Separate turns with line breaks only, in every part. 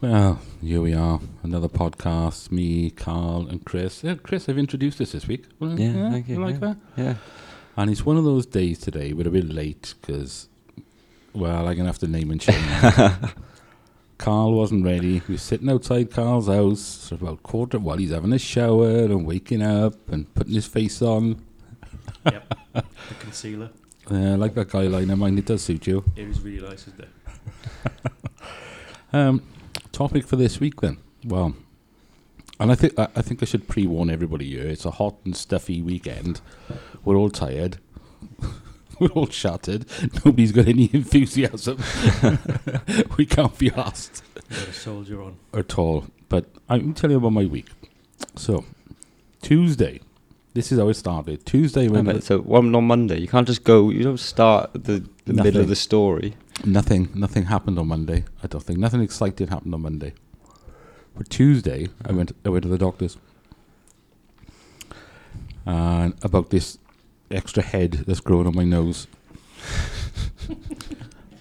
Well, here we are. Another podcast. Me, Carl, and Chris. Yeah, Chris, I've introduced us this week. Well,
Yeah, thank you,
like
yeah.
that.
Yeah.
And it's one of those days today. We're a bit late because, well, I'm gonna have to name and shame. now. Carl wasn't ready. We were sitting outside Carl's house for about quarter. While he's having a shower and waking up and putting his face on,
The concealer.
uh, like that guy liner. Mind it does suit you.
It was really nice, isn't it?
Um, topic for this week then. Well, and I think I, I think I should pre-warn everybody here. It's a hot and stuffy weekend. We're all tired. We're all shattered. Nobody's got any enthusiasm. we can't be asked
You got a soldier on.
at all. But I'm telling you about my week. So Tuesday. This is how it started. Tuesday
Yeah,
when
but Um, so one on Monday. You can't just go. You don't start at the, the middle
Nothing.
of the story.
Nothing. Nothing happened on Monday. I don't think nothing exciting happened on Monday. But Tuesday, I went. I went to the doctors, and about this extra head that's growing on my nose,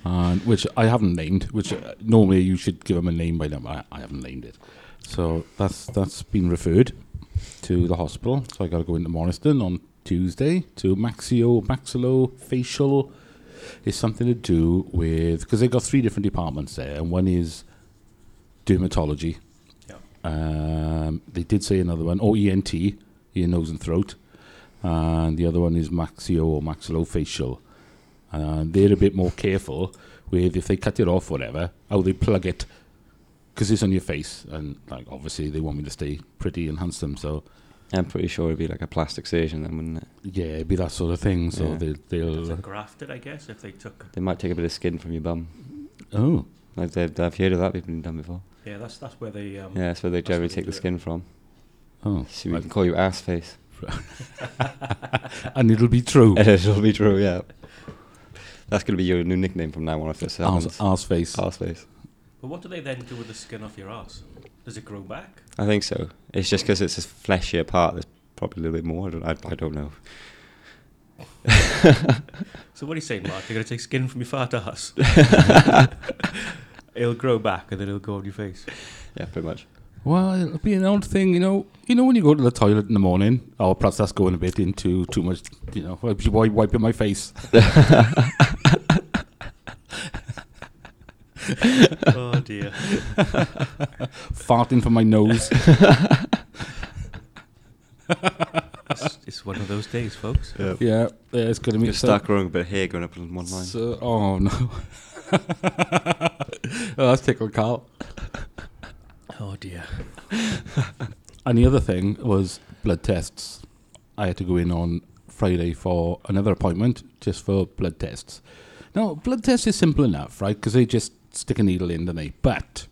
and which I haven't named. Which uh, normally you should give them a name by now. but I, I haven't named it, so that's that's been referred to the hospital. So I got to go into Morriston on Tuesday to maxio maxillofacial is something to do with because they've got three different departments there, and one is dermatology.
Yeah.
Um, they did say another one, oh, or ENT, ear, nose, and throat, and the other one is maxio or maxillofacial. And they're a bit more careful with if they cut it off, whatever, how they plug it, because it's on your face, and like obviously they want me to stay pretty and handsome, so
I'm pretty sure it'd be like a plastic surgeon then, wouldn't it?
yeah, it'd be that sort of thing. So
Yeah.
they,
It's
they'll
a grafted, I guess, if they took.
They might take a bit of skin from your bum.
oh
I've, I've, I've heard of that. We've been done before.
Yeah, that's that's where they. Um,
Yeah, that's where they
That's where
generally
they
take the
do it.
skin from.
oh,
So we can call you ass face.
and it'll be true.
And it'll be true. Yeah. That's gonna be your new nickname from now on. If this happens,
Arse, arse face.
ass face.
But what do they then do with the skin off your ass? Does it grow back?
I think so. It's just because it's a fleshier part. There's probably a little bit more. I don't. I, I don't know.
So what are you saying, Mark? You're gonna take skin from your fat ass? it'll grow back and then it'll go on your face.
Yeah, pretty much.
Well, it'll be an old thing, you know. You know when you go to the toilet in the morning, or perhaps that's going a bit into too much. You know, like, why wiping my face?
oh dear.
farting from my nose.
It's, it's one of those days, folks.
Yeah.
yeah, yeah, it's gonna be
Just start growing a bit of hair going up on one line.
So, oh no, oh, that's tickled Carl.
Oh dear.
And the other thing was blood tests. I had to go in on Friday for another appointment just for blood tests. Now, blood test is simple enough, right? Because they just stick a needle in, don't they? But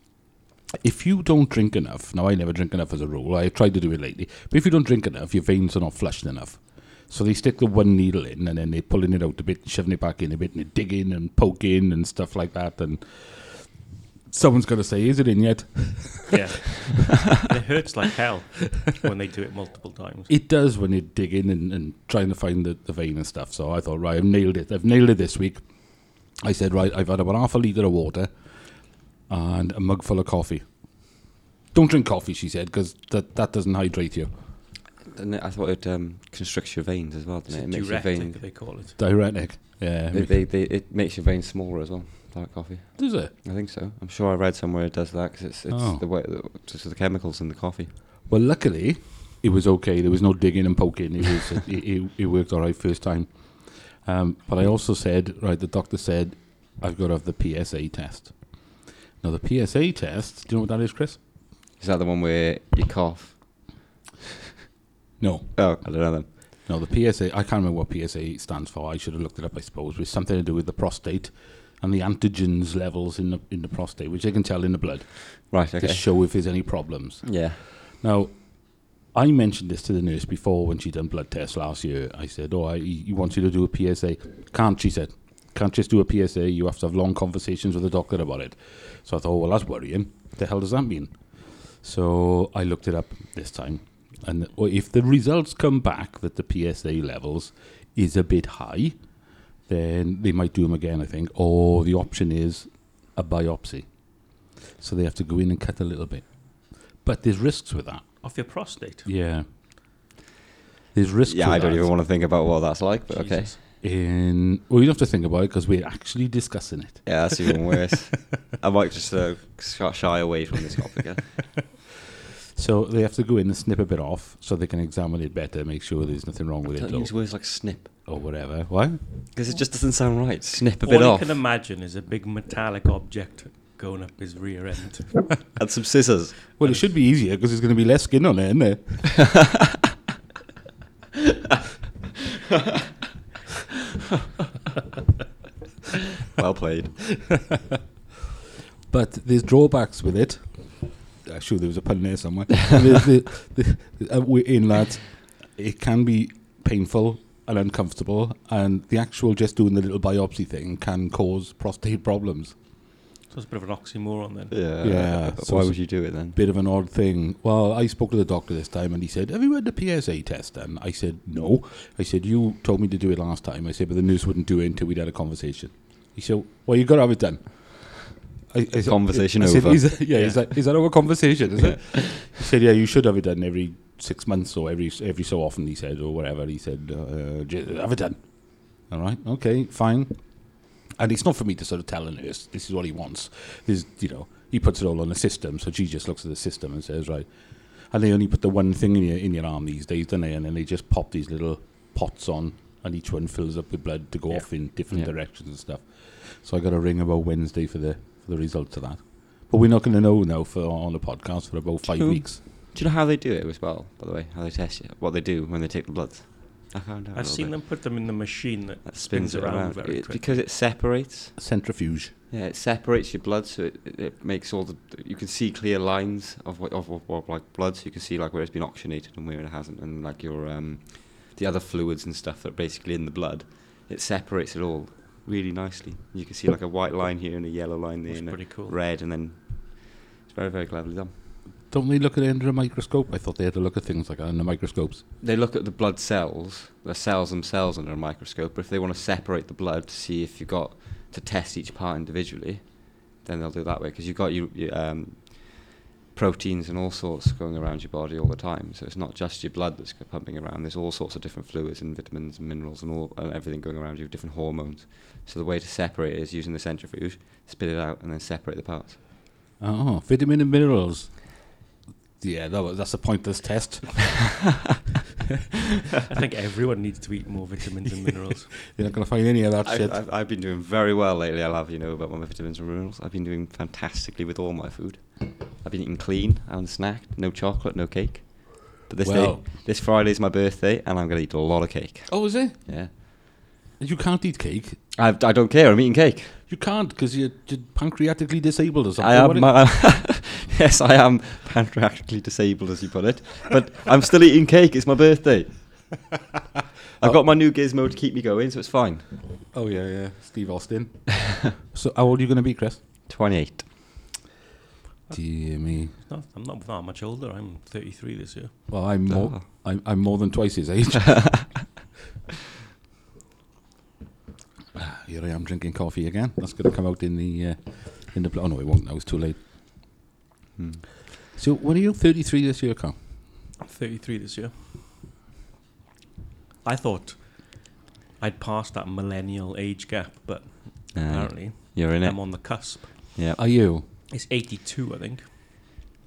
if you don't drink enough, now I never drink enough as a rule. I tried to do it lately, but if you don't drink enough, your veins are not flushed enough. So they stick the one needle in, and then they're pulling it out a bit, shoving it back in a bit, and they dig in and poke in and stuff like that. And someone's got to say, "Is it in yet?"
Yeah. it hurts like hell when they do it multiple times.
It does when you dig in and, and trying to find the, the vein and stuff. So I thought, right, I've nailed it. I've nailed it this week. I said, right, I've had about half a litre of water and a mug full of coffee. Don't drink coffee, she said, because that, that doesn't hydrate you.
And I thought it um, constricts your veins as well,
It's
doesn't it?
a
It makes your
diuretic,
veins.
they call it.
Diuretic. Yeah.
They, they, they, it makes your veins smaller as well. Dark coffee.
does it?
I think so. I'm sure I read somewhere it does that because it's, it's
Oh.
the way that- just the chemicals in the coffee.
Well, luckily, it was okay. There was no digging and poking. It was it, it, it worked all right first time. Um, but I also said, right, the doctor said, I've got to have the PSA test. Now, the PSA test, do you know what that is, Chris?
Is that the one where you cough?
No.
Oh, I don't know them.
No, the PSA, I can't remember what PSA stands for. I should have looked it up, I suppose. But it's something to do with the prostate and the antigens levels in the, in the prostate, which they can tell in the blood
Right. Okay.
to show if there's any problems.
yeah.
Now, I mentioned this to the nurse before when she done blood tests last year. I said, "Oh, I, he wants you to do a PSA." Can't she said? Can't just do a PSA. You have to have long conversations with the doctor about it. So I thought, "Oh, well, that's worrying. The hell does that mean? So I looked it up this time, and well, if the results come back that the PSA levels is a bit high, then they might do them again. I think, or the option is a biopsy. so they have to go in and cut a little bit. But there's risks with that.
Off your prostate.
Yeah. There's risks.
yeah,
with
I don't
that.
even want to think about what that's like, but okay.
Jesus.
In well, you don't have to think about it because we're actually discussing it.
Yeah, that's even worse. I might just uh, sh- shy away from this topic. Yeah.
So they have to go in and snip a bit off so they can examine it better, make sure there's nothing wrong with it
Don't
or,
use words like snip
or whatever. What?
because it just doesn't sound right. Snip a
All
bit
you
off.
can imagine is a big metallic object going up his rear end.
And some scissors.
Well, it should be easier because there's going to be less skin on it, isn't there?
Well played.
But there's drawbacks with it. I'm sure there was a pun there somewhere. there's the, the, uh, we're in that it can be painful and uncomfortable, and the actual just doing the little biopsy thing can cause prostate problems.
So it's a bit of an oxymoron then.
Yeah.
Yeah,
But
so
why
it's-
would you do it then?
Bit of an odd thing. Well, I spoke to the doctor this time, and he said, "Have you had the PSA test?" And I said, "No." I said, "You told me to do it last time." I said, "But the nurse wouldn't do it until we'd had a conversation." He said, "Well, you got to have it done." I, I said-
Conversation
I said,
over.
is that, yeah, Is, that, is that our conversation? Is it? He said, "Yeah, you should have it done every six months or every every so often." He said, or whatever. He said, uh, "J- "Have it done." All right, okay, fine. And it's not for me to sort of tell a nurse this is what he wants. This, you know, he puts it all on the system, so she just looks at the system and says, "Right." And they only put the one thing in your in your arm these days, don't they? And then they just pop these little pots on, and each one fills up with blood to go
Yeah.
off in different
Yeah.
directions and stuff. So I got a ring about Wednesday for the for the results of that. But we're not going to know now for on the podcast for about five
True.
weeks.
Do you know how they do it as well? By the way, how they test you, what they do when they take the blood. I found out. a
I've
little
seen
bit.
them put them in the machine that,
That
spins,
it
around, very
It's
quickly.
because it separates.
Centrifuge.
Yeah, it separates your blood, so it, it- it makes all the you can see clear lines of what of, of, of like blood, so you can see like where it's been oxygenated and where it hasn't, and like your um, the other fluids and stuff that are basically in the blood. It separates it all really nicely. You can see like a white line here and a yellow line there,
It's
and a
pretty cool.
red, and then it's very very cleverly done.
Don't they look at it under a microscope? I thought they had to look at things like that under microscopes.
They look at the blood cells, the cells themselves under a microscope, but if they want to separate the blood to see if you've got to test each part individually, then they'll do it that way because you've got your, your um, proteins and all sorts going around your body all the time. So it's not just your blood that's go- pumping around, there's all sorts of different fluids and vitamins and minerals and, all, and everything going around you, different hormones. So the way to separate it is using the centrifuge, spit it out, and then separate the parts.
Oh, vitamin and minerals. Yeah, that was, that's a pointless test.
I think everyone needs to eat more vitamins and minerals.
You're not going to find any of that
I've,
shit.
I've, I've been doing very well lately. I'll have you know about my vitamins and minerals. I've been doing fantastically with all my food. I've been eating clean and snacked, no chocolate, no cake. But this
Well.
day, this Friday's my birthday, and I'm gonna eat a lot of cake.
oh, is it?
Yeah,
You can't eat cake.
I, I don't care. I'm eating cake.
You can't because you're, you're pancreatically disabled or something.
I
what
am.
it-
My, yes, I am pancreatically disabled, as you put it. But I'm still eating cake. It's my birthday. I've got my new gizmo to keep me going, so it's fine.
oh yeah, yeah. Steve Austin. so how old are you going to be, Chris?
28.
Dear me.
No, I'm not that much older. I'm 33 this year.
Well, I'm
Oh.
more. I'm, I'm more than twice his age. Ah, Here I am drinking coffee again. That's going to come out in the uh, in the. Bl- oh no, it wasn't. I was too late.
Hmm.
So when are you 33 this year, Carl?
I'm 33 this year. I thought I'd passed that millennial age gap, but
Uh,
apparently
you're in it.
I'm on the cusp.
Yeah.
Are you?
It's 82, I think.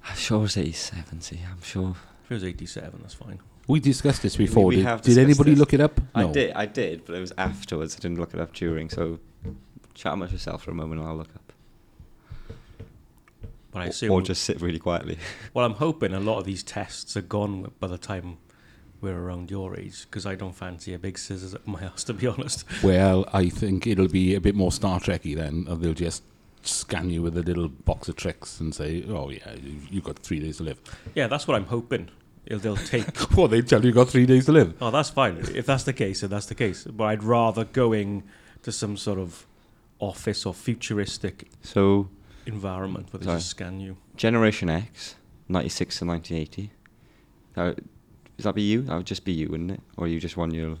I'm sure it's 87, see, I'm sure.
If it was 87, that's fine.
We discussed this before.
we
did
have
did anybody
discussed
look
this.
it up?
I did, I did, but it was afterwards. I didn't look it up during, so chat amongst yourself for a moment and I'll look up.
But I
Or-
assume.
or just sit really quietly.
well, I'm hoping a lot of these tests are gone by the time we're around your age, because I don't fancy a big scissors up my ass, to be honest.
Well, I think it'll be a bit more Star Trekky then. Or they'll just scan you with a little box of tricks and say, "Oh yeah, you- you've got three days to live."
Yeah, that's what I'm hoping. It'll- They'll take.
well, they tell you you've got three days to live.
Oh, that's fine. If that's the case, then that's the case. But I'd rather going to some sort of office or futuristic
So,
environment where they
Sorry.
just scan you.
Generation X, 96 to 1980. That, would- would that be you? That would just be you, wouldn't it? Or you just won your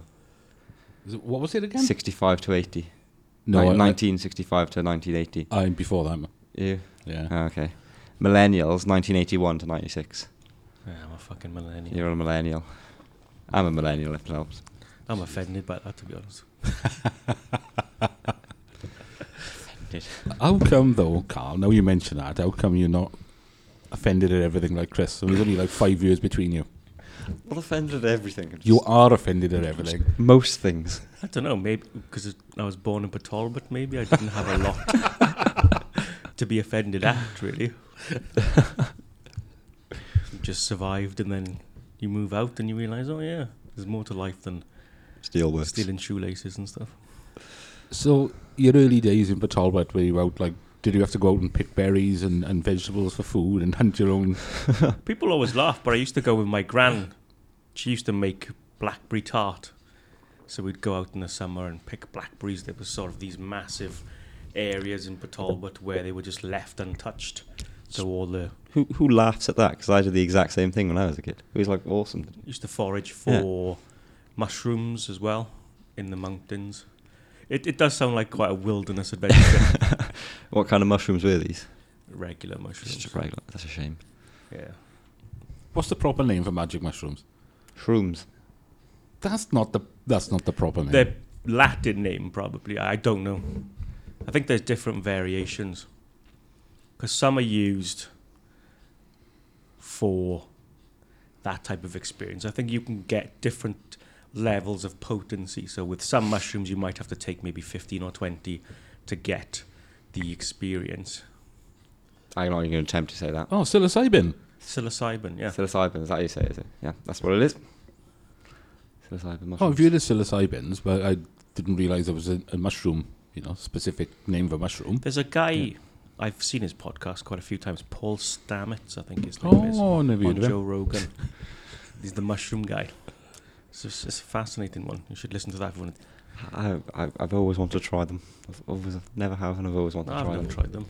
Is it- What was it again?
65 to 80.
No,
Nin-
I-
1965 to 1980.
I'm before that.
You?
Yeah.
Oh, okay. Millennials, 1981 to 96.
Yeah, I'm a fucking millennial.
You're a millennial. I'm a millennial, if it helps.
I'm offended by that, to be honest.
How come though, Carl? Now you mention that, how come you're not offended at everything like Chris? There's only like five years between you.
Not offended at everything. I'm
You
just-
are offended at everything.
most things.
I don't know, maybe because I was born in Ptolemy, maybe I didn't have a lot to be offended at, really. you just survived, and then you move out and you realise, oh, yeah, there's more to life than
Steelworks.
stealing shoelaces and stuff.
So your early days in Batalbat where you were out like did you have to go out and pick berries and, and vegetables for food and hunt your own
People always laugh, but I used to go with my gran. She used to make blackberry tart. So we'd go out in the summer and pick blackberries. There was sort of these massive areas in Ptolemy where they were just left untouched. So all the
Who, who laughs at that? Because I did the exact same thing when I was a kid. It was like awesome.
used to forage
Yeah.
for mushrooms as well in the mountains. It, it does sound like quite a wilderness adventure.
What kind of mushrooms were these?
Regular mushrooms.
Just regular. That's a shame.
Yeah.
What's the proper name for magic mushrooms?
Shrooms.
That's not the that's not the proper name.
Their Latin name, probably. I I don't know. I think there's different variations. Because some are used for that type of experience. I think you can get different levels of potency. So, with some mushrooms, you might have to take maybe 15 or 20 to get the experience.
I'm not even going to attempt to say that.
oh, psilocybin.
Psilocybin, yeah.
Psilocybin, is that how you say it? Is it? Yeah, that's what it is. Psilocybin mushrooms.
Oh, I've heard of psilocybins, but I didn't realise there was a, a mushroom, you know, specific name of a mushroom.
There's a guy,
Yeah.
I've seen his podcast quite a few times, Paul Stamets, I think his name is.
Oh, never
on
heard of him.
Joe Rogan. He's the mushroom guy. It's, just, it's a fascinating one. You should listen to that one.
I, I, I've always wanted to try them. I've always, I've never have, and I've always wanted to
I've
try
never
them.
tried them.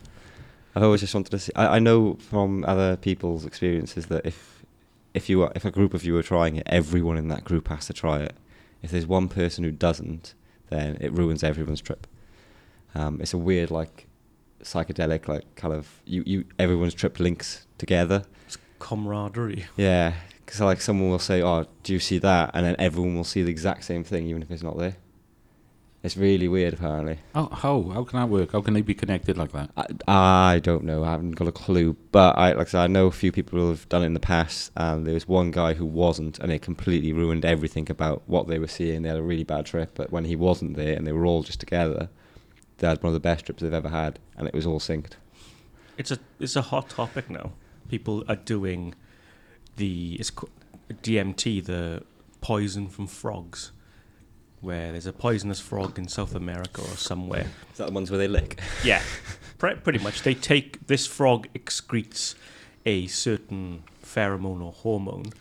I've always just wanted to see. I, I know from other people's experiences that if if you are, if a group of you are trying it, everyone in that group has to try it. If there's one person who doesn't, then it ruins everyone's trip. Um, it's a weird like psychedelic like kind of you, you everyone's trip links together.
It's camaraderie.
Yeah, because like someone will say, "Oh, do you see that?" and then everyone will see the exact same thing, even if it's not there. It's really weird, apparently.
How, how how can that work? How can they be connected like that?
I, I don't know. I haven't got a clue. But I, like I said, I know a few people who have done it in the past, and there was one guy who wasn't, and it completely ruined everything about what they were seeing. They had a really bad trip, but when he wasn't there, and they were all just together, they had one of the best trips they've ever had, and it was all synced.
It's a it's a hot topic now. People are doing the it's co- DMT, the poison from frogs, where there's a poisonous frog in South America or somewhere.
Is that the ones where they lick?
Yeah, pre- pretty much. They take this frog excretes a certain pheromone or hormone.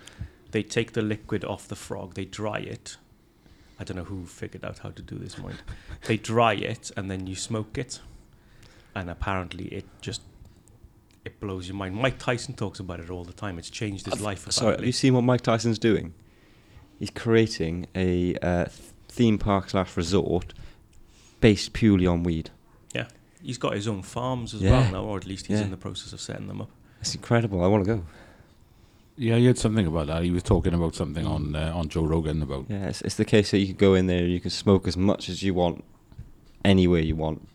They take the liquid off the frog. They dry it. I don't know who figured out how to do this. Mind. They dry it and then you smoke it, and apparently it just it blows your mind. Mike Tyson talks about it all the time. It's changed his life.
Sorry, have
apparently.
you seen what Mike Tyson's doing? He's creating a uh, th- theme park slash resort based purely on weed.
he's got his own farms as
Yeah.
well now, or at least he's
Yeah.
in the process of setting them up.
It's incredible. I want to go.
Yeah, he had something about that. He was talking about something on uh, on Joe Rogan about.
Yeah, it's, it's the case that you can go in there, you can smoke as much as you want, anywhere you want,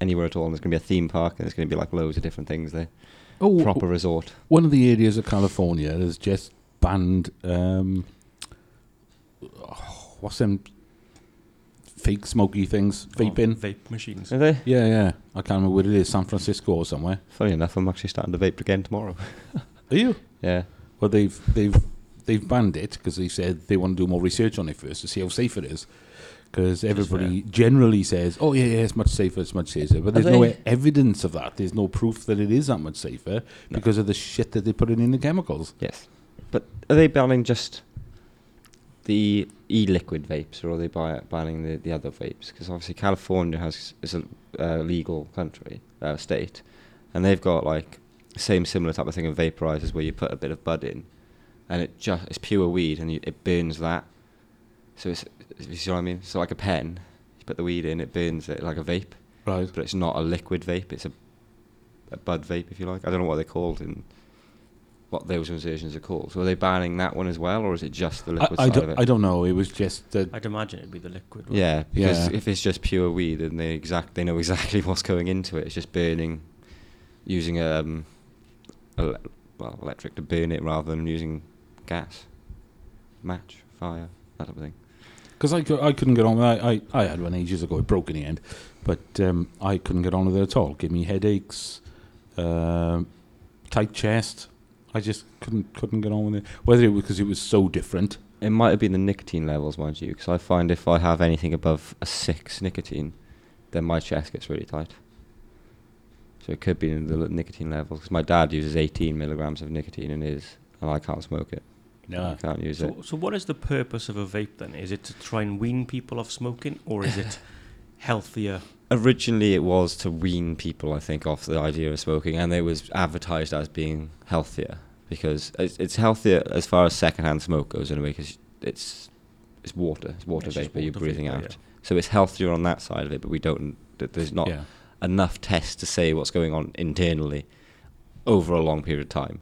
anywhere at all. And there's going to be a theme park, and there's going to be like loads of different things there.
Oh,
Proper resort.
one of the areas of California has just banned um, oh, what's them fake smoky things
Or
vaping.
Oh, vape machines.
Are they?
Yeah, yeah. I can't remember where it is. San Francisco or somewhere.
Funny enough, I'm actually starting to vape again tomorrow.
Are you?
yeah.
Well, they've they've they've banned it because they said they want to do more research on it first to see how safe it is. Because everybody generally says, "Oh yeah, yeah, it's much safer, it's much safer," but
Are
there's no
they-
e- evidence of that. There's no proof that it is that much safer
No.
because of the shit that they put in, in the chemicals.
Yes. But are they banning just the e-liquid vapes, or are they bi- banning the, the other vapes? Because obviously California has is a uh, legal country uh, state, and they've got like same similar type of thing of vaporizers where you put a bit of bud in, and it just it's pure weed and you, it burns that. So it's you see what I mean? So like a pen, you put the weed in, it burns it like a vape,
Right.
but it's not a liquid vape. It's a a bud vape, if you like. I don't know what they're called and what those insertions are called. So are they banning that one as well, or is it just the
I,
liquid
I,
side of
don't,
it?
I don't know. It was just that
I'd imagine it'd be the liquid. one.
yeah, because
Yeah.
if it's just pure weed and they exact they know exactly what's going into it, it's just burning, using um, ele- well electric to burn it rather than using gas, match, fire, that type of thing.
Because I, cou- I couldn't get on with it. I, I, I had one ages ago. It broke in the end. But um, I couldn't get on with it at all. Gave me headaches, um tight chest. I just couldn't couldn't get on with it. Whether it was because it was so different.
It might have been the nicotine levels, mind you, because I find if I have anything above a six nicotine, then my chest gets really tight. So it could be in the l- nicotine levels. 'cause my dad uses 18 milligrams of nicotine in his, and I can't smoke it. I can't use it.
So, so what is the purpose of a vape then? Is it to try and wean people off smoking, or is it healthier?
Originally, it was to wean people, I think, off the idea of smoking, and it was advertised as being healthier because it's, it's healthier as far as secondhand smoke goes, anyway, because it's it's water, it's water
It's just
vapor you're
water
breathing
vapour,
out. So it's healthier on that side of it, but we don't. th- There's not
Yeah.
enough tests to say what's going on internally over a long period of time.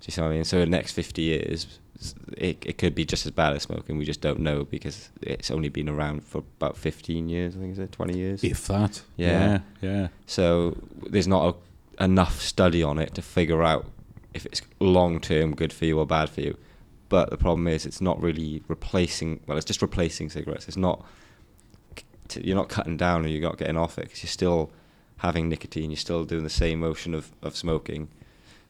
Do you see what I mean? So in the next 50 years, s- it, it could be just as bad as smoking. We just don't know because it's only been around for about 15 years, I think, is it? 20 years?
If that.
Yeah.
Yeah. yeah.
So there's not a, enough study on it to figure out if it's long term good for you or bad for you. But the problem is, it's not really replacing. Well, it's just replacing cigarettes. It's not. c- You're not cutting down, or you're not getting off it because you're still having nicotine. You're still doing the same motion of, of smoking.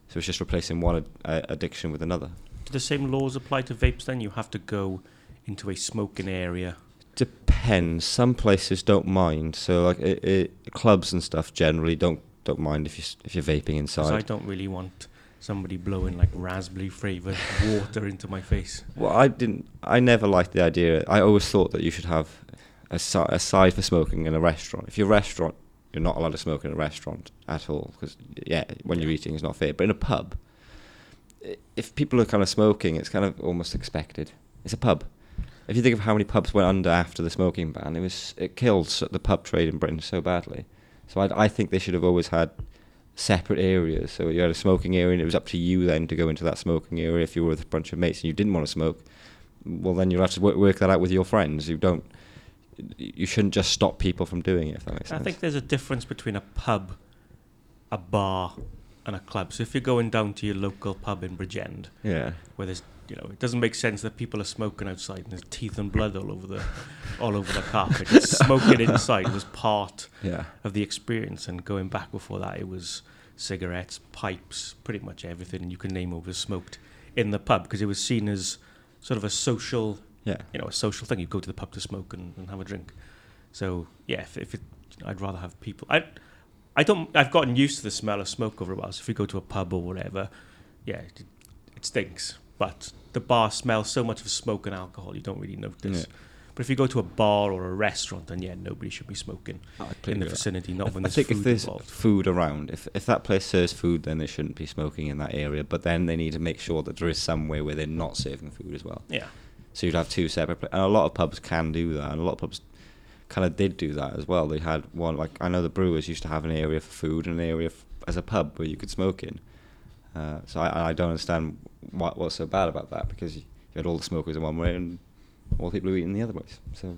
So it's just replacing one ad- uh, addiction with another.
Do the same laws apply to vapes then? You have to go into a smoking area.
Depends. Some places don't mind. So like it, it, clubs and stuff generally don't don't mind if you s- if you're vaping
Because I
inside.
don't really want somebody blowing like raspberry flavored water into my face.
Well, I didn't. I never liked the idea. I always thought that you should have a, si- a side for smoking in a restaurant. If you're a restaurant, you're not allowed to smoke in a restaurant at all because yeah, when you're eating, it's not fair. But in a pub, i- if people are kind of smoking, it's kind of almost expected. It's a pub. If you think of how many pubs went under after the smoking ban, it was it killed s- the pub trade in Britain so badly. So I, I think they should have always had separate areas. So you had a smoking area, and it was up to you then to go into that smoking area if you were with a bunch of mates and you didn't want to smoke. Well, then you'll have to work, work that out with your friends. You don't. You shouldn't just stop people from doing it. If that makes
I
sense.
think there's a difference between a pub, a bar, and a club. So if you're going down to your local pub in Bridgend,
yeah.
where there's you know, it doesn't make sense that people are smoking outside and there's teeth and blood all over the all over the carpet. smoking inside was part
Yeah.
of the experience and going back before that it was cigarettes pipes pretty much everything you can name over smoked in the pub because it was seen as sort of a social
Yeah.
you know a social thing you go to the pub to smoke and, and have a drink so yeah if, if it i'd rather have people i i don't i've gotten used to the smell of smoke over a while so if you go to a pub or whatever yeah it, it stinks but the bar smells so much of smoke and alcohol you don't really notice But if you go to a bar or a restaurant, then yeah, nobody should be smoking
Oh,
in the vicinity, not when
I
there's
think
food
if there's
involved.
food around, if if that place serves food, then they shouldn't be smoking in that area. But then they need to make sure that there is somewhere where they're not serving food as well.
Yeah,
So you'd have two separate. Pla- and a lot of pubs can do that, and a lot of pubs kind of did do that as well. They had one like I know the brewers used to have an area for food and an area f- as a pub where you could smoke in. Uh, so I, I don't understand what what's so bad about that because you had all the smokers in one way and all the people who eat in the other place. So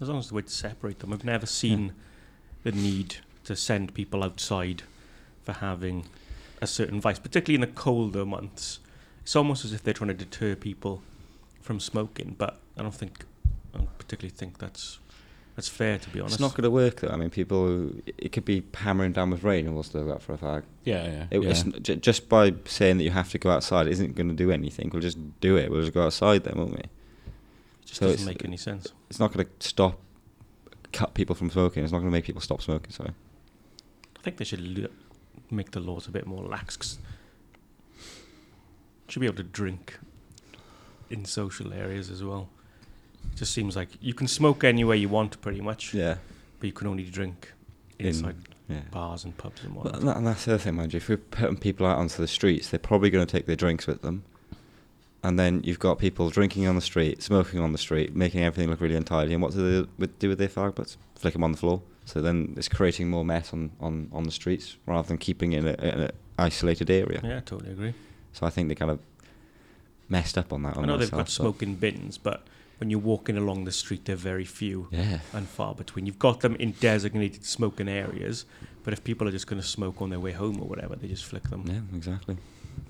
as long as the way to separate them. I've never seen the need to send people outside for having a certain vice, particularly in the colder months. It's almost as if they're trying to deter people from smoking, but I don't think, I don't particularly think that's that's fair to be honest.
it's not going to work though. I mean, people who- it could be hammering down with rain and we'll still go out for a fag.
Yeah. Yeah.
It,
yeah.
it's n- ju- just by saying that you have to go outside isn't going to do anything. We'll just do it. We'll just go outside then, won't we?
it just
so
doesn't
it's-
make any sense.
it's not going to stop cut people from smoking. It's not going to make people stop smoking. Sorry.
I think they should l- make the laws a bit more lax. 'cause should be able to drink in social areas as well. It just seems like you can smoke anywhere you want, pretty much,
Yeah.
but you can only drink
In-
inside
Yeah.
bars and pubs and
But
whatnot.
and, that, and that's the other thing, mind you. If we're putting people out onto the streets, they're probably going to take their drinks with them. And then you've got people drinking on the street, smoking on the street, making everything look really untidy. And what do they with, do with their fag butts? Flick them on the floor. So then it's creating more mess on, on, on the streets rather than keeping it in an isolated area.
Yeah, I totally agree.
So I think they kind of messed up on that.
I
on
know they've got
themselves, but-
smoking bins, but when you're walking along the street, they're very few
Yeah.
and far between. You've got them in designated smoking areas, but if people are just going to smoke on their way home or whatever, they just flick them
Yeah, exactly.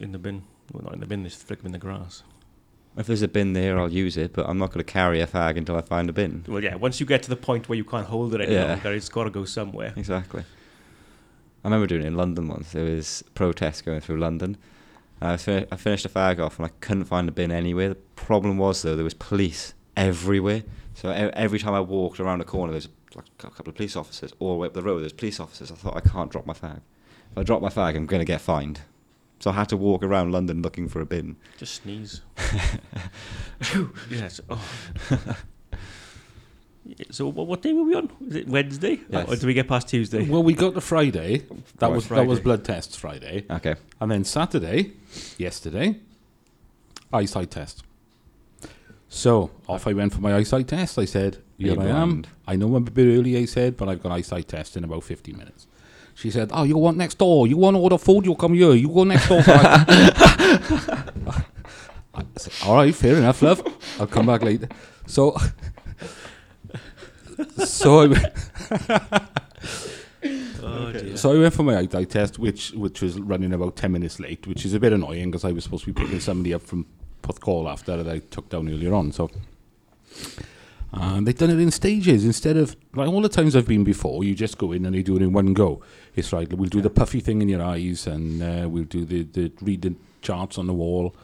in the bin. Well, not in the bin, they just flick them in the grass.
If there's a bin there, I'll use it, but I'm not going to carry a fag until I find a bin.
Well, yeah, once you get to the point where you can't hold it any
Yeah.
longer, it's got to go somewhere.
Exactly. I remember doing it in London once. There was protests going through London. And I, fi- I finished a fag off and I couldn't find a bin anywhere. The problem was though there was police everywhere. So e- every time I walked around a corner, there's like a couple of police officers all the way up the road. There's police officers. I thought I can't drop my fag. If I drop my fag, I'm gonna get fined. So I had to walk around London looking for a bin.
Just sneeze. yes. Oh. Yeah, So what, what day were we on? Is it Wednesday? Oh,
Yes.
Or did we get past Tuesday?
Well, we got to Friday. That
Right.
was that was
Friday.
blood tests Friday,
Okay.
and then Saturday, yesterday, eyesight test. So off I went for my eyesight test. I said, "Here I am."
blind?
I know I'm a bit early. I said, but I've got eyesight test in about 15 minutes. She said, "Oh, you want next door? You want to order food? You come here. You go next door." For I said, All right, fair enough, love. I'll come back later. So, so I.
Oh, dear.
So I went for my eye dye test, which which was running about ten minutes late, which is a bit annoying because I was supposed to be picking somebody up from Puthcall after that I took down earlier on. So and they've done it in stages instead of like all the times I've been before. You just go in and they do it in one go. It's right. We'll do the puffy thing in your eyes, and uh, we'll do the the read the charts on the wall.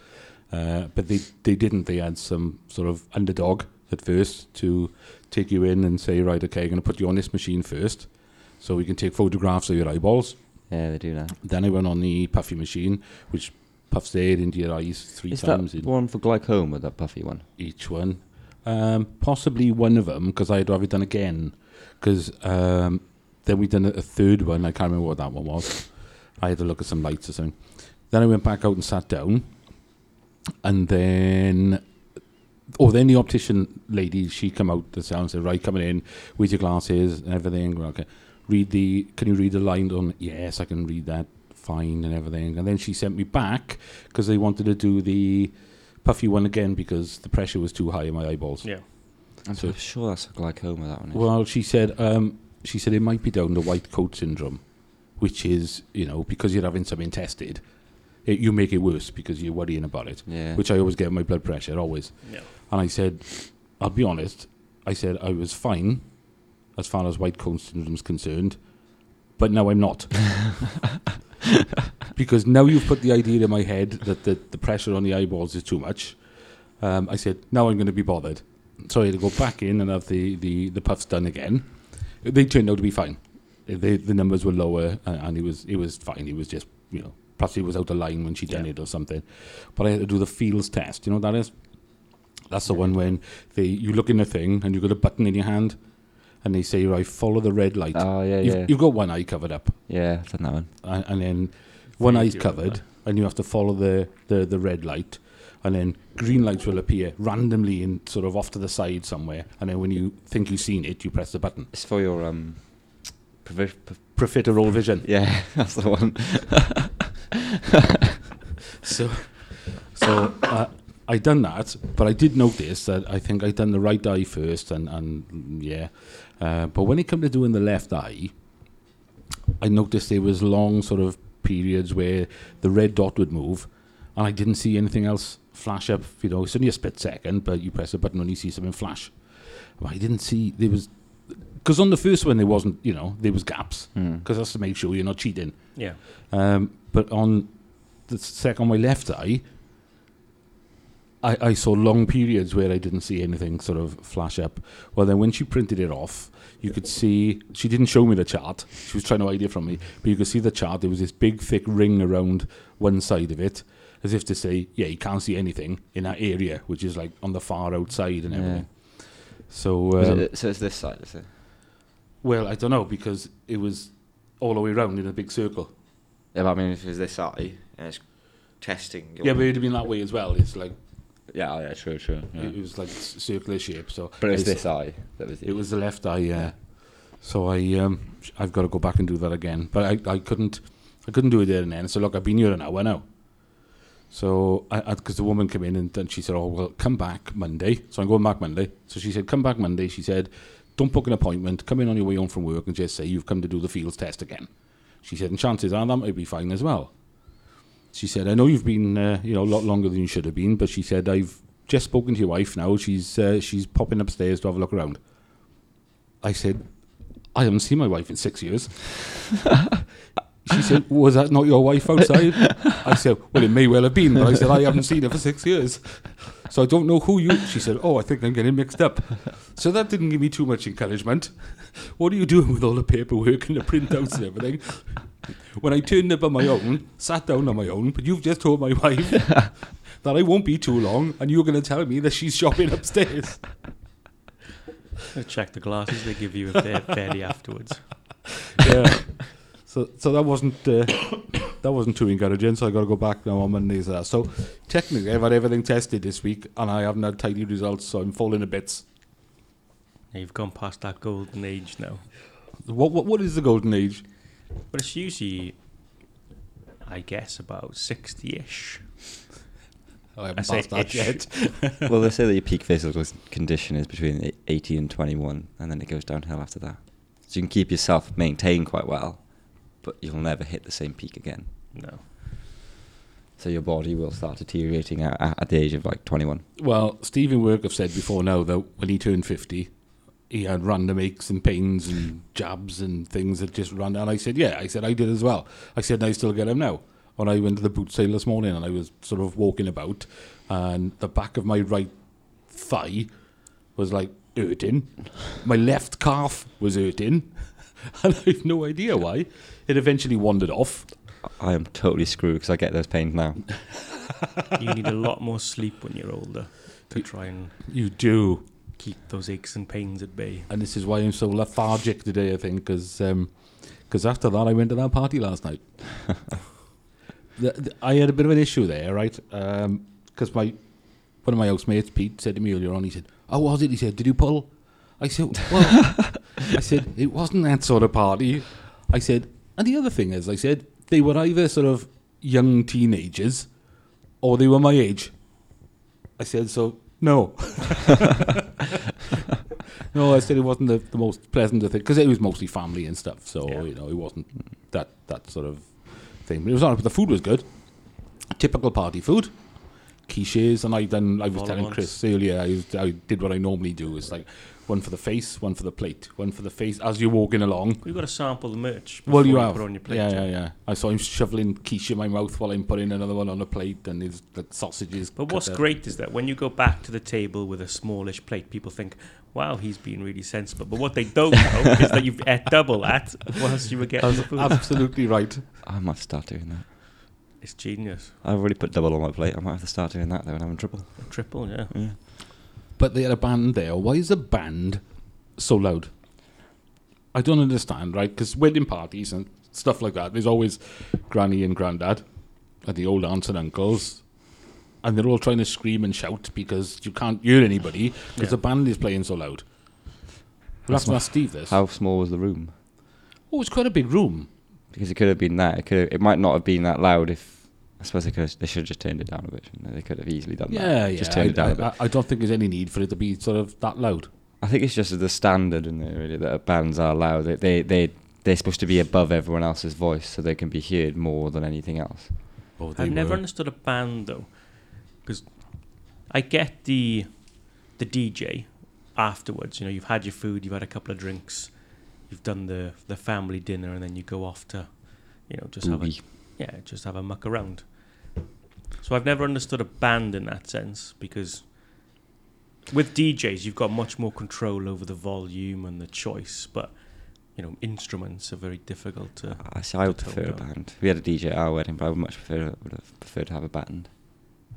Uh, but they they didn't. They had some sort of underdog at first to take you in and say, right, okay, I'm going to put you on this machine first, so we can take photographs of your eyeballs.
Yeah, they do now.
Then I went on the puffy machine, which puffs air into your eyes three
Is
times
that
in
one for glaucoma? That puffy one.
each one. Um, possibly one of them because I had to have it done again. Because um, then we done a a third one. I can't remember what that one was. I had to look at some lights or something. Then I went back out and sat down, and then. Oh, then the optician lady, she come out the sound and said, "Right, coming in with your glasses and everything. Well, Okay, read the. Can you read the line on? Yes, I can read that. Fine and everything. And then she sent me back because they wanted to do the puffy one again because the pressure was too high in my eyeballs.
yeah.
I'm
So-
sure that's for glaucoma. That one. Is.
Well, she said, um, she said it might be down to white coat syndrome, which is you know because you're having something tested, it, you make it worse because you're worrying about it.
yeah.
Which I always get my blood pressure always,
Yeah.
and I said, I'll be honest, I said I was fine, as far as white coat syndrome's concerned, but now I'm not. because now you've put the idea in my head that the, the pressure on the eyeballs is too much. Um, I said, now I'm going to be bothered. So I had to go back in and have the, the, the puffs done again. They turned out to be fine. The, the numbers were lower and, and it was it was fine. It was just, you know, perhaps it was out of line when she done
Yeah.
it or something. But I had to do the feels test. You know what that is? That's the one when they you look in a thing and you've got a button in your hand and they say, right, follow the red light.
Oh yeah,
you've,
yeah,
you've got one eye covered up
yeah. I've done that one.
and, and then one
Yeah,
eye's
you do remember.
covered, and you have to follow the, the, the red light, and then green lights will appear randomly in sort of off to the side somewhere, and then when you think you've seen it, you press the button.
It's for your um. Provi- pro-
Profiterole vision.
yeah, that's the one.
So, so uh, I done that, but I did notice that I think I done the right eye first, and and yeah, uh, but when it come to doing the left eye, I noticed there was long sort of periods where the red dot would move, and I didn't see anything else flash up. You know, it's only a split second, but you press a button and you see something flash. But I didn't see there was because on the first one there wasn't. You know, there was gaps
Hmm.
because that's to make sure you're not cheating.
Yeah.
Um, but on the second, on my left eye, I, I saw long periods where I didn't see anything sort of flash up. Well, then when she printed it off, you could see she didn't show me the chart. She was trying to hide it from me, but you could see the chart. There was this big, thick ring around one side of it, as if to say, "Yeah, you can't see anything in that area, which is like on the far outside and
Yeah.
everything." So,
Was
um,
it- so it's this side, is it?
well, I don't know because it was all the way around in a big circle.
Yeah, but I mean, if it's this eye and it's testing. Your
Yeah, but it'd have been that way as well. It's like
yeah, oh, yeah, true, true. yeah.
It was like s- circular shape. So
But it was
it's-
this eye that was. The
It was the left eye. Yeah. uh, So I um, sh- I've got to go back and do that again. But I, I couldn't I couldn't do it there and then. So look, I've been here an hour now. So I because the woman came in and then she said, "Oh well, come back Monday." So I'm going back Monday. So she said, "Come back Monday." She said, "Don't book an appointment. Come in on your way home from work and just say you've come to do the fields test again." She said, "And chances are that might be fine as well." She said, "I know you've been uh, you know a lot longer than you should have been, but she said I've just spoken to your wife now. She's uh, she's popping upstairs to have a look around." I said, I haven't seen my wife in six years. she said, Was that not your wife outside? I said, Well, it may well have been, but I said, I haven't seen her for six years. So I don't know who you. She said, Oh, I think I'm getting mixed up. So that didn't give me too much encouragement. What are you doing with all the paperwork and the printouts and everything? When I turned up on my own, sat down on my own, but you've just told my wife that I won't be too long, and you're going to tell me that she's shopping upstairs.
Check the glasses they give you if they're fairly afterwards.
yeah. So so that wasn't uh, that wasn't too encouraging. So I got to go back now on Mondays. and That. So technically, I've had everything tested this week, and I haven't had tidy results. So I'm falling to bits.
Now you've gone past that golden age now.
What what what is the golden age?
But it's usually, I guess, about 60 ish.
Oh, I
I
haven't
say
passed that
ish.
yet.
well, they say that your peak physical s- condition is between e- 18 and 21, and then it goes downhill after that. So you can keep yourself maintained quite well, but you'll never hit the same peak again.
No.
So your body will start deteriorating at, at the age of like 21.
Well, Stephen Work have said before now that when he turned fifty, he had random aches and pains and jabs and things that just ran. And I said, yeah, I said I did as well. I said I still get them now. When I went to the boot sale this morning and I was sort of walking about, and the back of my right thigh was like hurting, my left calf was hurting, and I have no idea why. It eventually wandered off.
I am totally screwed because I get those pains now.
You need a lot more sleep when you're older to try and
You do.
keep those aches and pains at bay.
and this is why I'm so lethargic today. I think because after that I went to that party last night. the, the- I had a bit of an issue there, right? Because my one of my housemates, Pete, said to me earlier on. He said, "How was it?" He said, "Did you pull?" I said, "Well," I said, "It wasn't that sort of party." I said, and the other thing is, I said they were either sort of young teenagers or they were my age. I said, so no. no, I said it wasn't the, the most pleasant of thing because it was mostly family and stuff. So
Yeah.
you know, it wasn't that that sort of thing. But it was all right. But the food was good. Typical party food, quiches, and I done. I was
All at
telling
once.
Chris earlier. I, I did what I normally do. It's like one for the face, one for the plate, one for the face as you're walking along.
We've got to sample the merch.
Well,
before
you have.
Put on your plate.
Yeah, yeah, yeah. I saw him shoveling quiche in my mouth while I'm putting another one on a plate, and his the sausages.
But
cut
what's
up.
great is that when you go back to the table with a smallish plate, people think, wow, he's been really sensible. But what they don't know is that you've ate double that whilst you were getting the
That's
food.
absolutely right.
I might start doing that.
It's genius.
I've already put double on my plate. I might have to start doing that though, and I'm in trouble.
Triple, yeah.
Yeah.
But they had a band there. Why is the band so loud? I don't understand, right? Because wedding parties and stuff like that, there's always granny and granddad and the old aunts and uncles, and they're all trying to scream and shout because you can't hear anybody because
Yeah.
the band is playing so loud. We'll have to ask Steve this.
How small was the room?
Oh, it's quite a big room.
Because it could have been that. It could. Have, it might not have been that loud. If I suppose they could. Have, they should have just turned it down a bit. shouldn't They They could have easily done
Yeah,
that.
yeah.
Just turned it down
I,
a bit.
I, I don't think there's any need for it to be sort of that loud.
I think it's just the standard in there really that bands are loud. They they they they're supposed to be above everyone else's voice so they can be heard more than anything else.
Oh,
I've never understood a band though, because I get the the DJ afterwards. You know, you've had your food, you've had a couple of drinks, you've done the the family dinner, and then you go off to, you know, just have a
Booby.
yeah, just have a muck around. So I've never understood a band in that sense because with DJs you've got much more control over the volume and the choice, but you know instruments are very difficult to.
I see, I would
to tone
prefer a
down.
band. We had a DJ at our wedding, but I would much prefer would have preferred to have a band.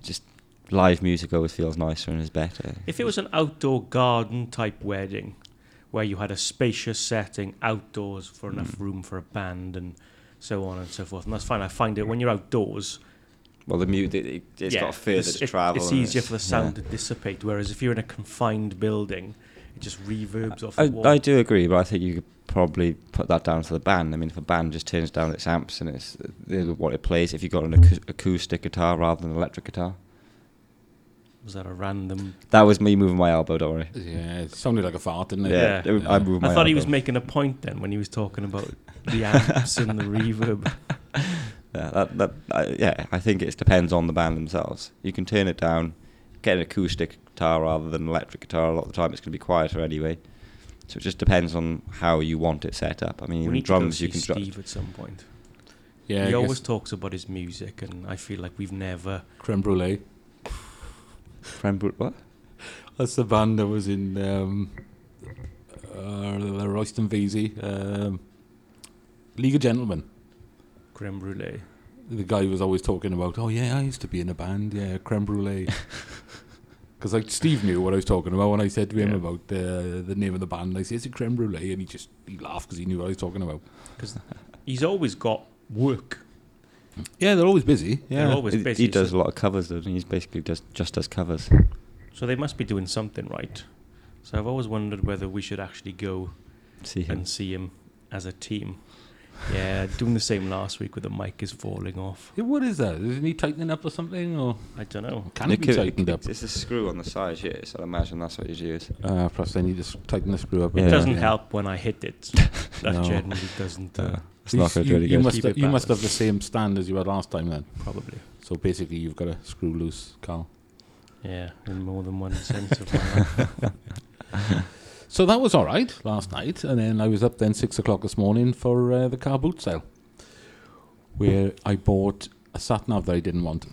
Just live music always feels nicer and is better.
If it was an outdoor garden type wedding where you had a spacious setting outdoors for enough room for a band and so on and so forth, and that's fine. I find it when you're outdoors,
well, the music it, has
yeah,
got a further
it's-
to
it-
travel.
It's
and
easier for the
yeah.
sound to dissipate. Whereas if you're in a confined building, It just reverbs off the
I,
wall.
I do agree, but I think you could probably put that down to the band. I mean, if a band just turns down its amps and it's it's what it plays, if you got an acou- acoustic guitar rather than an electric guitar,
Was that a random?
that was me moving my elbow. Don't worry.
Yeah, it sounded like a fart, didn't it?
Yeah,
Yeah.
it- I moved
I
my.
thought he was
elbow.
making a point then when he was talking about the amps and the reverb.
Yeah, that, that, I, yeah, I think it depends on the band themselves. You can turn it down, get an acoustic guitar rather than an electric guitar. A lot of the time, it's going to be quieter anyway. So it just depends on how you want it set up. I mean,
We
even
need
drums,
to
you
go see
can drum.
Steve at some point.
Yeah,
he
I
always
guess
talks about his music, and I feel like we've never.
creme brulee.
Creme brulee, what?
That's the band that was in um, uh, the Royston Veazey, um, League of Gentlemen.
Creme brulee.
The guy was always talking about, oh yeah, I used to be in a band, yeah, creme brulee. Because like Steve knew what I was talking about when I said to him
Yeah.
about uh, the the name of the band. I said it's a creme brulee, and he just he laughed because he knew what I was talking about.
He's always got work.
Yeah, they're always busy.
They're
Yeah,
always
He,
busy.
he does a
so,
lot of covers, doesn't he? He's basically just, just does covers.
so they must be doing something right. So I've always wondered whether we should actually go
See him.
and see him as a team. Yeah, doing the same last week with the mic is falling off.
Yeah, what is that? Isn't he tightening up or something? Or
I don't know.
can
It
it be
could-
tightened up?
It's a screw on the side here, so I imagine that's what you use.
Uh, perhaps they need to s- tighten the screw up. a
It
It
bit.
doesn't
Yeah.
help when I hit it. That
No.
generally doesn't. Uh,
It's not going
you,
to do any
you
good.
must
Keep
ha-
it
you must have
balanced.
the same stand as you had last time then.
probably.
So basically, you've got a screw loose, Carl.
Yeah, in more than one sense of my life.
So that was all right last night, and then I was up then six o'clock this morning for uh, the car boot sale, where I bought a sat nav that I didn't want.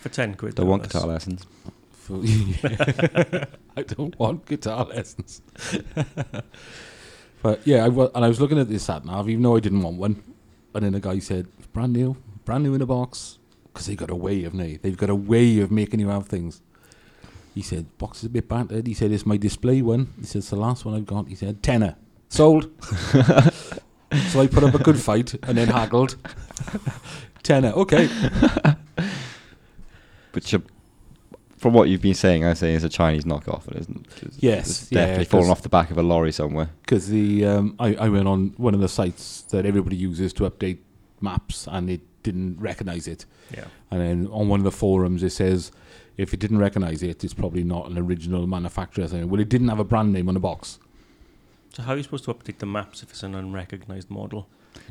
For 10 quid.
The
no
one
less.
guitar lessons.
For I don't want guitar lessons. but yeah, I wa- and I was looking at this sat nav, even though I didn't want one. And then the guy said, "Brand new, brand new in a box," because they got a way of they they've got a way of making you have things. He said, "Box is a bit battered." He said, "It's my display one." He said, "It's the last one I've got." He said, "Tenner, sold." so I put up a good fight and then haggled. Tenner, okay.
Which, are- from what you've been saying, I say is a Chinese knockoff, it isn't. It's-
Yes,
it's
yeah,
definitely fallen
'cause-
off the back of a lorry somewhere.
because the um, I, I went on one of the sites that everybody uses to update maps and it didn't recognize it
Yeah.
and then on one of the forums it says if it didn't recognize it it's probably not an original manufacturer saying well it didn't have a brand name on the box
So, how are you supposed to update the maps if it's an unrecognized model?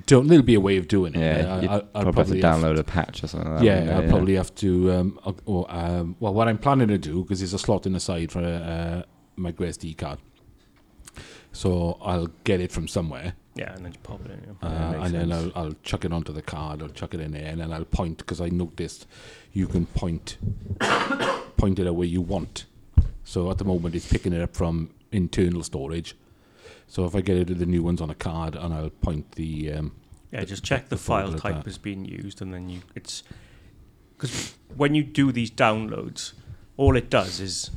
don't there'll be a way of doing it
Yeah, you'd
I, I,
Probably,
I'll probably
have
have
to download a patch or something. Like that,
yeah,
wouldn't
I'll
you?
probably have to. Um, uh, or, um, well, what I'm planning to do because there's a slot in the side for uh, my SD card, so I'll get it from somewhere,
Yeah, and then you pop it in. Yeah.
Uh,
Yeah, makes
and then I'll,
sense.
I'll chuck it onto the card. I'll chuck it in there, and then I'll point because I noticed you can point point it away you want. So at the moment, it's picking it up from internal storage. So if I get it the new ones on a card, and I'll point the um,
Yeah,
the-
just
the-
check the,
the
file
folder like
type
that.
has been used, and then you it's because when you do these downloads, all it does is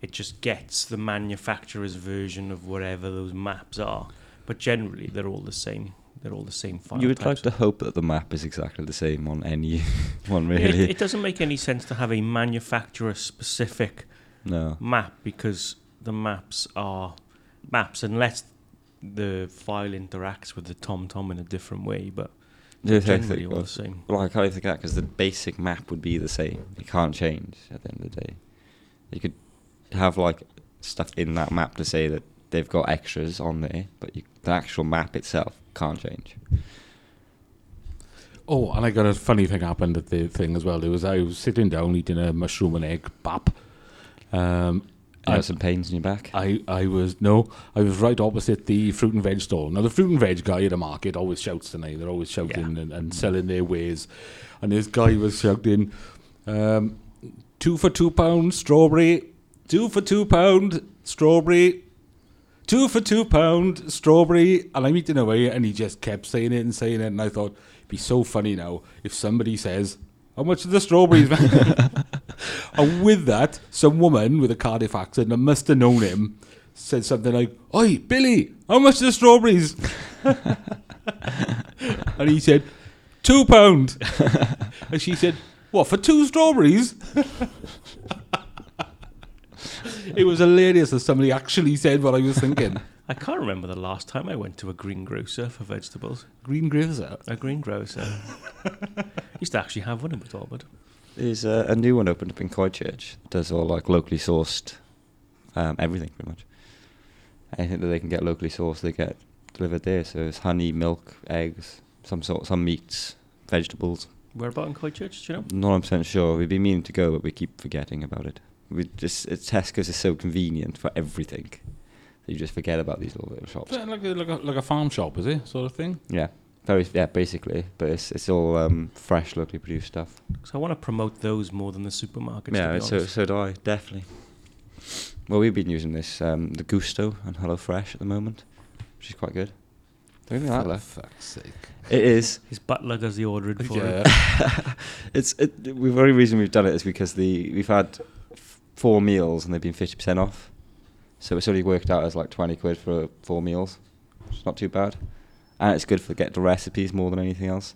it just gets the manufacturer's version of whatever those maps are. But generally, they're all the same. They're all the same file
You would like
types.
to hope that the map is exactly the same on any one,
Yeah, it-
really.
It, doesn't make any sense to have a manufacturer-specific
no.
map because the maps are maps unless the file interacts with the TomTom in a different way. But
Yeah,
generally,
technically,
all the
well,
same.
well, I can't even think of that because the basic map would be the same. It can't change at the end of the day. You could have like stuff in that map to say that they've got extras on there, but you, the actual map itself can't change.
Oh, and I got a funny thing happened at the thing as well. There was I was sitting down eating a mushroom and egg bap. Um,
You
I-
have some pains in your back.
I, I was no, I was right opposite the fruit and veg stall. Now the fruit and veg guy at the market always shouts tonight. They're always shouting and, and selling their wares. And this guy was shouting, um, two for two pound strawberry, two for two pound strawberry, two for two pound strawberry. And I'm eating away, and he just kept saying it and saying it. And I thought it'd be so funny now if somebody says. How much are the strawberries? and with that, some woman with a Cardiff accent, I must have known him, said something like, Oi, Billy, how much are the strawberries? and he said, Two pound. and she said, What, for two strawberries? It was hilarious that somebody actually said what I was thinking.
I can't remember the last time I went to a greengrocer for vegetables.
Green Grazer.
A greengrocer. used to actually have one in Bedwarbed.
There's a, a new one opened up in Coychurch. Does all like locally sourced, um, everything pretty much. Anything that they can get locally sourced, they get delivered there. So it's honey, milk, eggs, some sort, some meats, vegetables.
Where about in Coychurch, do you know?
Not I'm percent sure. We've been meaning to go, but we keep forgetting about it. We just it's, Tesco's is so convenient for everything that you just forget about these little little shops.
Like a, like, a, like a farm shop, is it? Sort of thing?
Yeah, very yeah, basically. But it's it's all um, fresh, locally produced stuff.
Because I want to promote those more than the supermarkets.
yeah,
to be
so
honest.
so do I definitely. Well, we've been using this um, the Gusto and HelloFresh at the moment, which is quite good. Don't give me that
For
look.
fuck's sake.
It is.
His butler does the ordering for him.
Yeah.
It's it, the very reason we've done it is because the we've had f- four meals and they've been fifty percent off, so it's only worked out as like twenty quid for four meals. It's not too bad, and it's good for get the recipes more than anything else.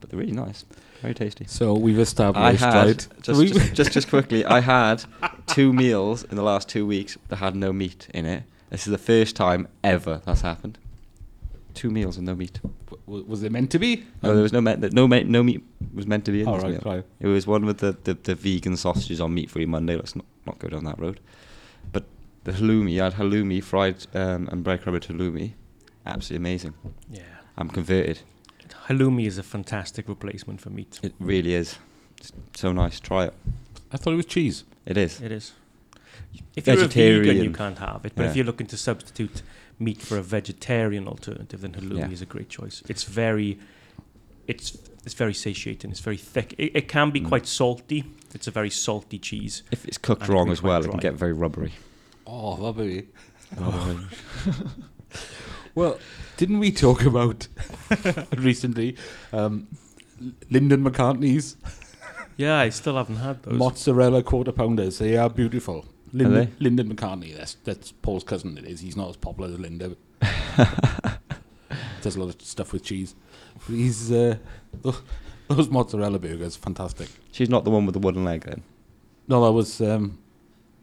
But they're really nice, very tasty.
So we've
I
established,
had
right?
just,
We-
just just just quickly. I had two meals in the last two weeks that had no meat in it. This is the first time ever that's happened. Two meals with no meat.
W- w- was it meant to be?
No, there was no meat. No meat. No meat was meant to be in
Um, All
this meal.
right, right.
It was one with the, the, the vegan sausages on meat free Monday. Let's not, not go down that road. But the halloumi, I had halloumi, fried um, and breadcrumbed halloumi. Absolutely amazing.
Yeah.
I'm converted.
Halloumi is a fantastic replacement for meat.
It really is. It's so nice. Try it.
I thought it was cheese.
It is.
It is. If you're a vegan, you
Vegetarian.
can't have it. But if
Yeah.
you're looking to substitute meat for a vegetarian alternative, then halloumi
Yeah.
is a great choice. It's very, it's it's very satiating. It's very thick. It, it can be
Mm.
quite salty. It's a very salty cheese.
If it's cooked
And it
wrong
can be
as
quite
well, it can
dry.
get very rubbery.
Oh, that baby. Oh.
Rubbery.
Well, didn't we talk about recently um, L- Lyndon McCartney's
Yeah, I still haven't had those.
mozzarella quarter pounders? They are beautiful. Lyndon,
they?
Lyndon McCartney. That's that's Paul's cousin. It is. He's not as popular as Linda. Does a lot of stuff with cheese. But he's uh, those, those mozzarella burgers fantastic.
She's not the one with the wooden leg then.
No, that was um,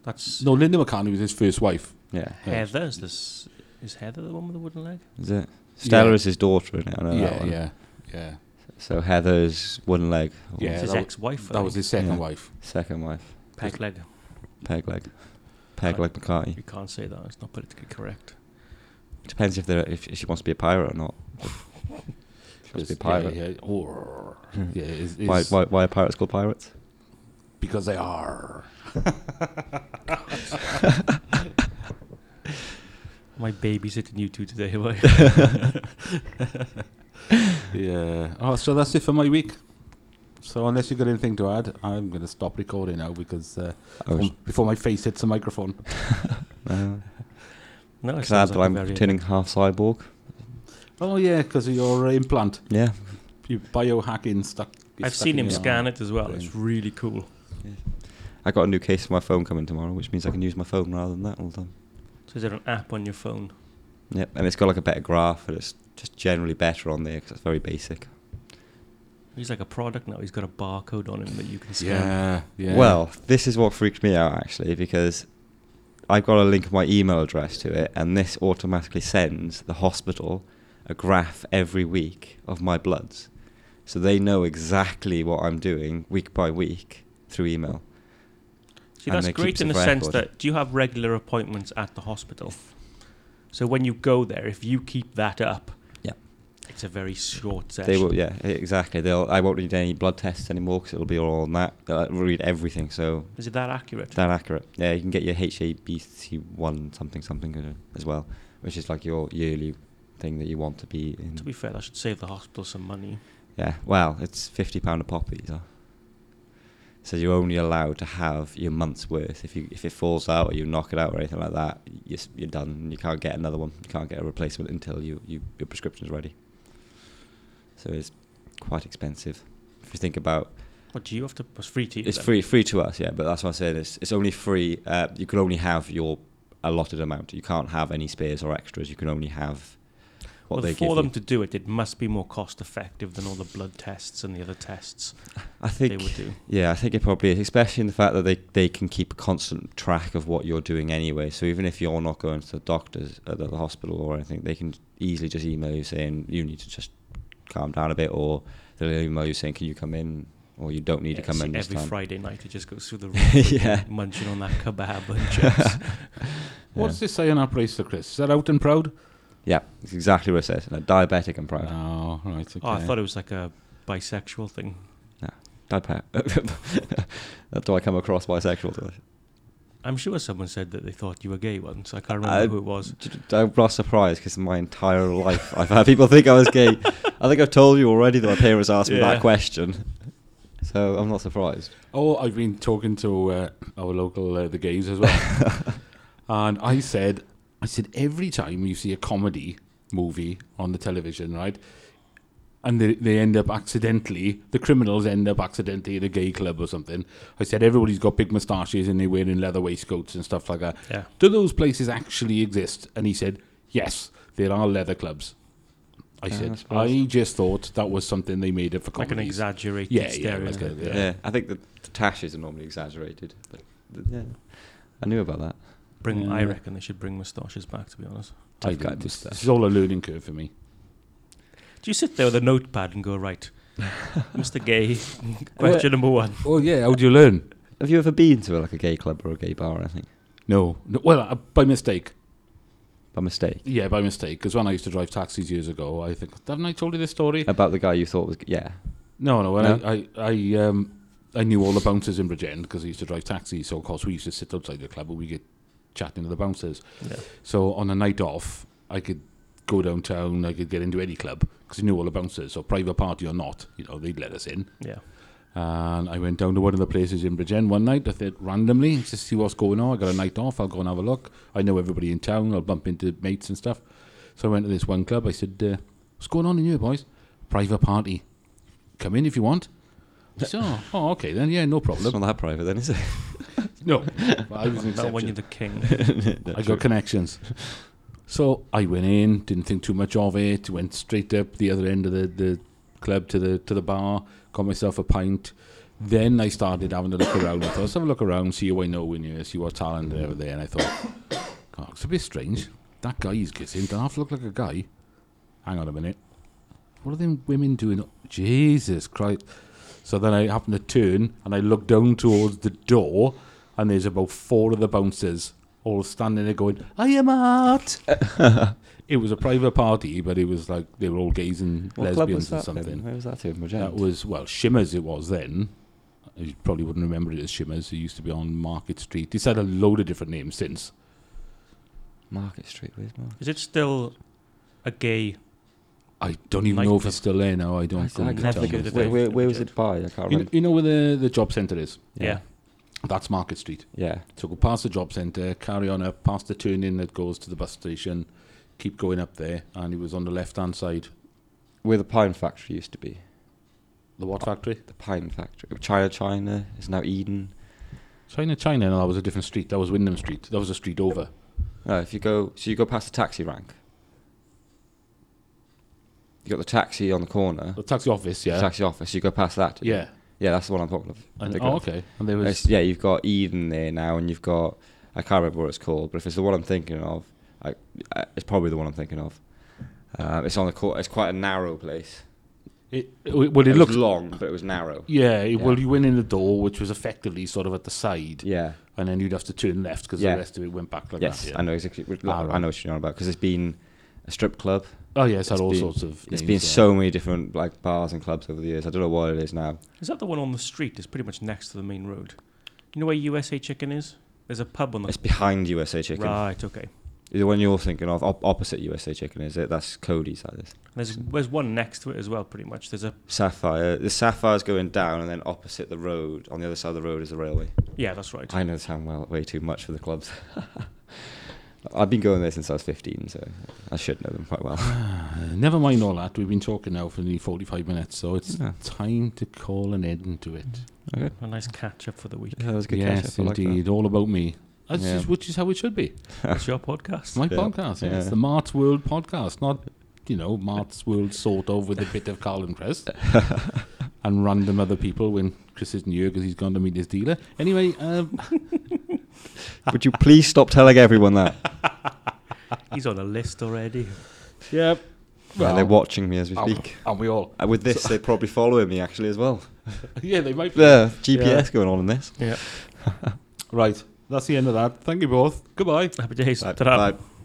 That's
no Linda McCartney was his first wife.
Yeah.
Heather. Is this is Heather the one with the wooden leg?
Is it? Stella
Yeah.
is his daughter in it. I know that
yeah,
one.
yeah, yeah.
So Heather's wooden leg. or
Yeah,
it's his
that wa-
ex-wife. I
That was
think.
his second
Yeah.
wife.
Second wife.
peg leg.
Peg leg. Peg leg McCartney.
You can't say that. It's not politically correct.
Depends if they're if she wants to be a pirate or not. she wants to be a pirate.
Yeah, yeah. Or, yeah it's, it's
Why, why, why are pirates called pirates?
Because they are.
My babysitting you two today, am I?
Yeah. Oh, so that's it for my week. So unless you've got anything to add, I'm going to stop recording now because uh,
I Uh, was,
before- before my face hits the microphone.
no.
No, it
Glad
sounds
that
like a
I'm
very-
turning half cyborg.
Oh yeah, because of your uh, implant,
Yeah.
your biohacking stuck. is
I've
stuck
seen
in
him
your
scan
arm.
it as well. It's really cool.
I got a new case for my phone coming tomorrow, which means I can use my phone rather than that all the time.
So is there an app on your phone?
Yep. And it's got like a better graph, and it's just generally better on there because it's very basic.
He's like a product now. He's got a barcode on him that you can scan.
Yeah. Yeah.
Well, this is what freaked me out actually because I've got a link of my email address to it, and this automatically sends the hospital a graph every week of my bloods, so they know exactly what I'm doing week by week through email.
See,
and
that's
it
great
keeps
in the
a
sense
record.
that do you have regular appointments at the hospital? So when you go there, if you keep that up,
Yeah.
it's a very short session.
They will, yeah, e- exactly. They'll. I won't need any blood tests anymore because it'll be all on that. They'll read everything, so
Is it that accurate?
that accurate. Yeah, you can get your HABC1 something something uh, as well, which is like your yearly thing that you want to be in.
to be fair, that should save the hospital some money.
Yeah, well, it's fifty pound a pop these are. So you're only allowed to have your month's worth. If you if it falls out or you knock it out or anything like that, you're, s- you're done. You can't get another one. You can't get a replacement until you, you your prescription's ready. So it's quite expensive. If you think about,
But do you have to? It's free to you.
it's
then.
free free to us, yeah. But that's what I'm saying. It's it's only free. Uh, you can only have your allotted amount. You can't have any spares or extras. You can only have what
well,
they
for
give
them
you.
to do it, it must be more cost effective than all the blood tests and the other tests
I
they
think
would do.
Yeah, I think it probably is, especially in the fact that they, they can keep a constant track of what you're doing anyway. So even if you're not going to the doctors at the hospital or anything, they can easily just email you saying you need to just calm down a bit, or they'll email you saying can you come in, or you don't need
Yeah,
to come
so
in this
every
time.
Friday night. It just goes through the roof,
Yeah.
munching on that kebab and chips.
What does this say on our bracelet, Chris? Is that out and proud?
Yeah, it's exactly what it says. No, diabetic and proud.
Oh, right. Okay.
Oh, I thought it was like a bisexual thing.
Diabetic. Do I come across bisexual? Do I?
I'm sure someone said that they thought you were gay once. I can't
I-
Uh,
remember who it was.
I was surprised because my entire life I've had people think I was gay. I think I've told you already that my parents asked me
Yeah.
that question, so I'm not surprised.
Oh, I've been talking to uh, our local uh, the gays as well, and I said, I said every time you see a comedy movie on the television, right, and they they end up accidentally, the criminals end up accidentally in a gay club or something. I said everybody's got big moustaches and they're wearing leather waistcoats and stuff like that.
Yeah.
Do those places actually exist? And he said, yes, there are leather clubs. I
Yeah, I
said,
suppose.
I just thought that was something they made up for
Like an
comedies.
exaggerated
Yeah, yeah,
stereo.
like a-
Yeah,
Yeah.
I think the, the tashes are normally exaggerated, but th- yeah, I knew about that.
Bring, I
Yeah.
reckon they should bring moustaches back, to be honest.
I
I've got
didn't.
this
This
stuff.
is all a learning curve for me.
Do you sit there with a notepad and go, right, Mr. Gay, question number one?
Well, Oh, yeah. How do you learn?
Have you ever been to like a gay club or a gay bar? I think
No. no well, uh, by mistake.
by mistake
Yeah, by mistake. Because when I used to drive taxis years ago, I think haven't I told you this story?
about the guy you thought was g- yeah.
No, no. When
No?
I, I, I, um, I knew all the bouncers in Bridgend because I used to drive taxis. So of course we used to sit outside the club and we get chatting to the bouncers.
Yeah.
So on a night off, I could go downtown. I could get into any club because I knew all the bouncers. So private party or not, you know, they'd let us in.
Yeah.
And I went down to one of the places in Bridgend one night. I said randomly just to see what's going on. I got a night off. I'll go and have a look. I know everybody in town. I'll bump into mates and stuff. So I went to this one club. I said, uh, "What's going on in here, boys? Private party. Come in if you want." I said, "Oh, oh, okay then. Yeah, no
It's
problem.
not that private then, is it?
No, But I was an
Not when
exception.
you're the king.
I got connections. So I went in, didn't think too much of it, went straight up the other end of the, the club to the to the bar, got myself a pint. Then I started having a look around. I thought, let's have a look around, see who I know in here, see what talent are over there. And I thought, God, it's a bit strange. That guy he's kissing, don't have to look like a guy. Hang on a minute. What are them women doing? Jesus Christ. So then I happened to turn and I looked down towards the door, and there's about four of the bouncers all standing there going, I am out. it was a private party, but it was like they were all gays and
What club
lesbians or
was that? Then?
something.
Where was that? In
That
Regent?
was, well, Shimmers it was then. You probably wouldn't remember it as Shimmers. It used to be on Market Street. It's had a load of different names since.
Market Street. Where's Market?
Is it still a gay?
I don't even
Like
know if
the-
it's still there now. I don't go
I
into
can't
town.
never
think of
go
it.
to
Where,
the-
where, where was it by? I can't
You,
remember.
you know where the, the job centre is?
Yeah.
That's Market Street.
Yeah.
So go past the job centre, carry on up past the turn in that goes to the bus station, keep going up there, and it was on the left hand side.
Where the pine factory used to be.
The what factory?
The pine factory. China, China is now Eden.
China, China. No, that was a different street. That was Wyndham Street. That was a street over.
No, if you go, so you go past the taxi rank. You got the taxi on the corner,
The taxi office, yeah.
the taxi office. You go past that.
yeah.
yeah, that's the one I'm talking of.
And,
Big
oh,
one.
okay. And there
It's-
was.
yeah, you've got Eden there now, and you've got I can't remember what it's called, but if it's the one I'm thinking of, I, I, it's probably the one I'm thinking of. Um, it's on the court. It's quite a narrow place.
It, it, well, it, looked.
was long, but it was narrow.
yeah, it- Well,
Yeah.
you went in the door, which was effectively sort of at the side,
Yeah.
and then you'd have to turn left because
Yeah.
the rest of it went back like
yes,
that.
I
Yeah.
know exactly. What,
Ah,
I
right.
know what you're on about because it's been a strip club.
Oh yeah, it's had
It's
all
been-
sorts of.
It's
names,
been
yeah.
so many different like bars and clubs over the years. I don't know what it is now.
Is that the one on the street? It's pretty much next to the main road. You know where USA Chicken is? There's a pub on the
It's behind USA Chicken.
right. Okay.
The one you're thinking of, op- opposite USA Chicken, is it? That's Cody's. That is
There's there's one next to it as well. Pretty much. There's a
Sapphire. The Sapphire's going down, and then opposite the road, on the other side of the road, is the railway.
yeah. That's right.
I know the town well, way too much for the clubs. I've been going there since I was 15, so I should know them quite well.
Never mind all that. We've been talking now for nearly forty-five minutes, so it's
Yeah.
time to call an end to it.
Okay.
A nice catch up for the week.
Yeah, that was a good
yes,
catch up. I like that.
indeed. all about me. That's
Yeah.
just, which is how it should be.
It's your podcast.
My
Yeah.
podcast. yeah, It's
Yeah.
the Mart's World podcast, not you know, Mart's world sort of with a bit of Carlin Crest and random other people when Chris isn't here because he's gone to meet his dealer. Anyway, um,
Would you please stop telling everyone that?
He's on a list already.
yeah.
yeah, they're watching me as we
and-
speak.
And we all.
Uh, with this, they're probably following me actually as well.
Yeah, they might be.
Yeah, GPS going on in this.
Yeah.
Right. That's the end of that. Thank you both. Goodbye.
Happy days.
Right,
Ta-ra.
bye.